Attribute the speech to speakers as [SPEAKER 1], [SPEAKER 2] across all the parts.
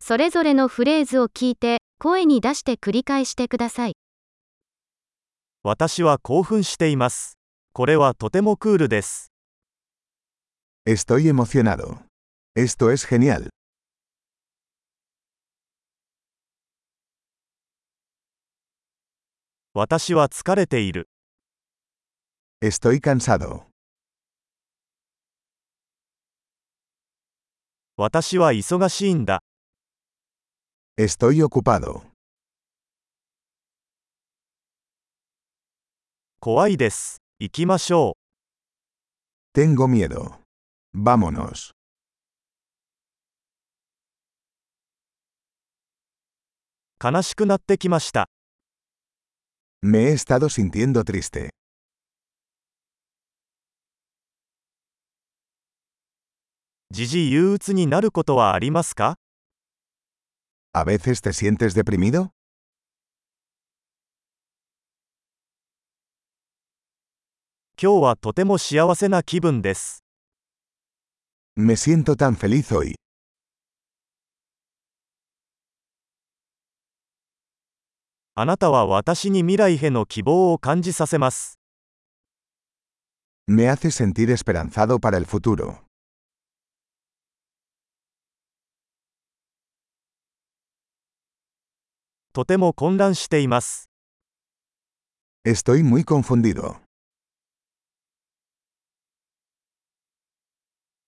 [SPEAKER 1] それぞれのフレーズを聞いて、声に出して繰り返してください。
[SPEAKER 2] 私は興奮しています。これはとてもクールです。
[SPEAKER 3] Estoy emocionado. Esto es genial.
[SPEAKER 2] 私は疲れている。
[SPEAKER 3] Estoy cansado.
[SPEAKER 2] 私は忙しいんだ。
[SPEAKER 3] Estoy ocupado.
[SPEAKER 2] 怖いです。行きましょ
[SPEAKER 3] Tengo miedo. Vámonos.
[SPEAKER 2] う。悲しくなってきました。
[SPEAKER 3] Me he estado sintiendo triste.
[SPEAKER 2] 時々憂鬱になることはありますか
[SPEAKER 3] ¿A veces te sientes deprimido?
[SPEAKER 2] 今日はとても幸せな気分です。
[SPEAKER 3] Me siento tan feliz hoy.
[SPEAKER 2] あなたは私に未来への希望を感じさせます。
[SPEAKER 3] Me hace sentir esperanzado para el futuro.
[SPEAKER 2] とても混乱しています。
[SPEAKER 3] Estoy muy confundido.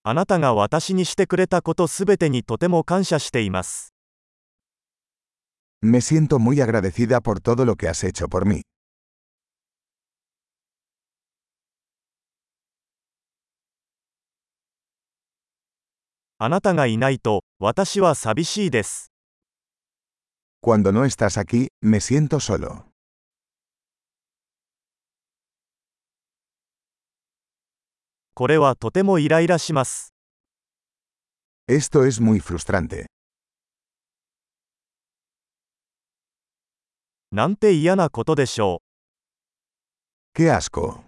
[SPEAKER 2] あなたが私にしてくれたことすべてにとても感謝しています。
[SPEAKER 3] Me siento muy agradecida por todo lo que has hecho por mí.
[SPEAKER 2] あなたがいないと、私は寂しいです。
[SPEAKER 3] Cuando no estás aquí, me siento solo.
[SPEAKER 2] これはとてもイライラします。
[SPEAKER 3] Esto es muy frustrante.
[SPEAKER 2] なんて嫌なことでしょう。
[SPEAKER 3] ¡Qué asco!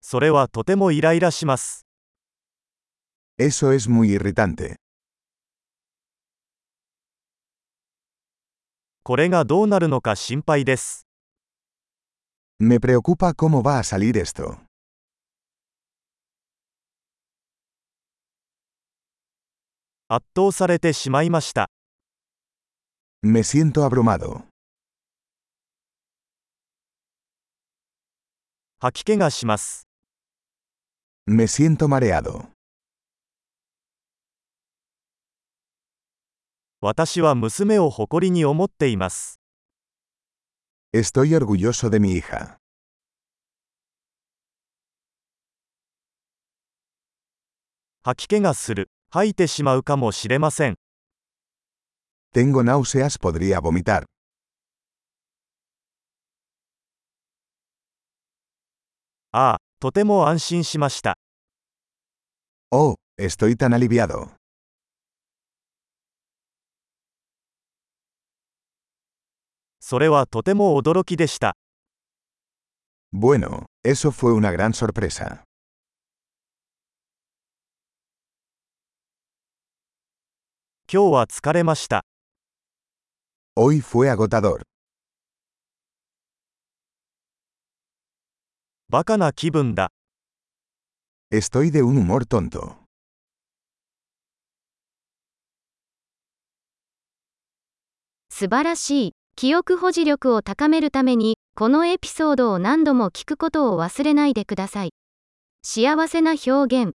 [SPEAKER 2] それはとてもイライラします。
[SPEAKER 3] Eso es muy irritante.
[SPEAKER 2] これがどうなるのか心配です。
[SPEAKER 3] Me preocupa cómo va a salir esto.
[SPEAKER 2] 圧倒されてしまいました。
[SPEAKER 3] Me siento abrumado.
[SPEAKER 2] 吐き気がします。
[SPEAKER 3] Me siento mareado.
[SPEAKER 2] 私は娘を誇りに思っています。
[SPEAKER 3] Estoy orgulloso de mi hija.
[SPEAKER 2] 吐き気がする。吐いてしまうかもしれません。
[SPEAKER 3] Tengo náuseas, podría vomitar.
[SPEAKER 2] ああ、とても安心しました。
[SPEAKER 3] Oh, estoy tan aliviado.
[SPEAKER 2] それはとても驚きでした。
[SPEAKER 3] Bueno, eso fue una gran sorpresa.
[SPEAKER 2] 今日は疲れました。
[SPEAKER 3] Hoy fue agotador.
[SPEAKER 2] バカな気分だ。
[SPEAKER 3] Estoy de un humor tonto.
[SPEAKER 1] 素晴らしい。記憶保持力を高めるために、このエピソードを何度も聞くことを忘れないでください。幸せな表現、